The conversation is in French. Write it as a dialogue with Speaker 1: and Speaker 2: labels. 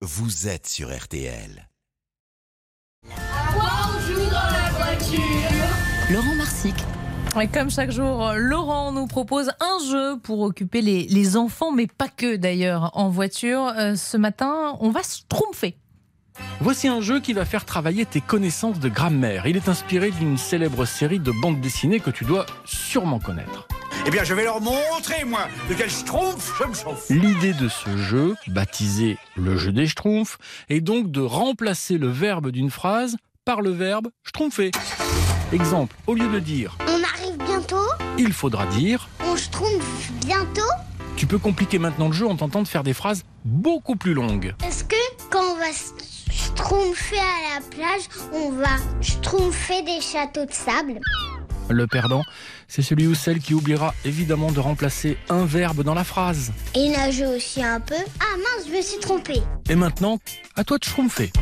Speaker 1: Vous êtes sur RTL.
Speaker 2: Laurent Marsic.
Speaker 3: Et comme chaque jour, Laurent nous propose un jeu pour occuper les, les enfants, mais pas que d'ailleurs, en voiture. Euh, ce matin, on va se tromper.
Speaker 4: Voici un jeu qui va faire travailler tes connaissances de grammaire. Il est inspiré d'une célèbre série de bandes dessinées que tu dois sûrement connaître.
Speaker 5: Eh bien, je vais leur montrer, moi, de quel schtroumpf je me chauffe.
Speaker 4: L'idée de ce jeu, baptisé le jeu des schtroumpfs, est donc de remplacer le verbe d'une phrase par le verbe schtroumpfer. Exemple, au lieu de dire
Speaker 6: On arrive bientôt,
Speaker 4: il faudra dire,
Speaker 6: on se trouve bientôt.
Speaker 4: tu peux compliquer maintenant le jeu en tentant de faire des phrases beaucoup plus longues.
Speaker 6: Est-ce que quand on va se se tromper à la plage, on va se tromper des châteaux de sable
Speaker 4: Le perdant, c'est celui ou celle qui oubliera évidemment de remplacer un verbe dans la phrase.
Speaker 6: Et nager aussi un peu Ah mince, je me suis trompée.
Speaker 4: Et maintenant, à toi de schtroumpfer.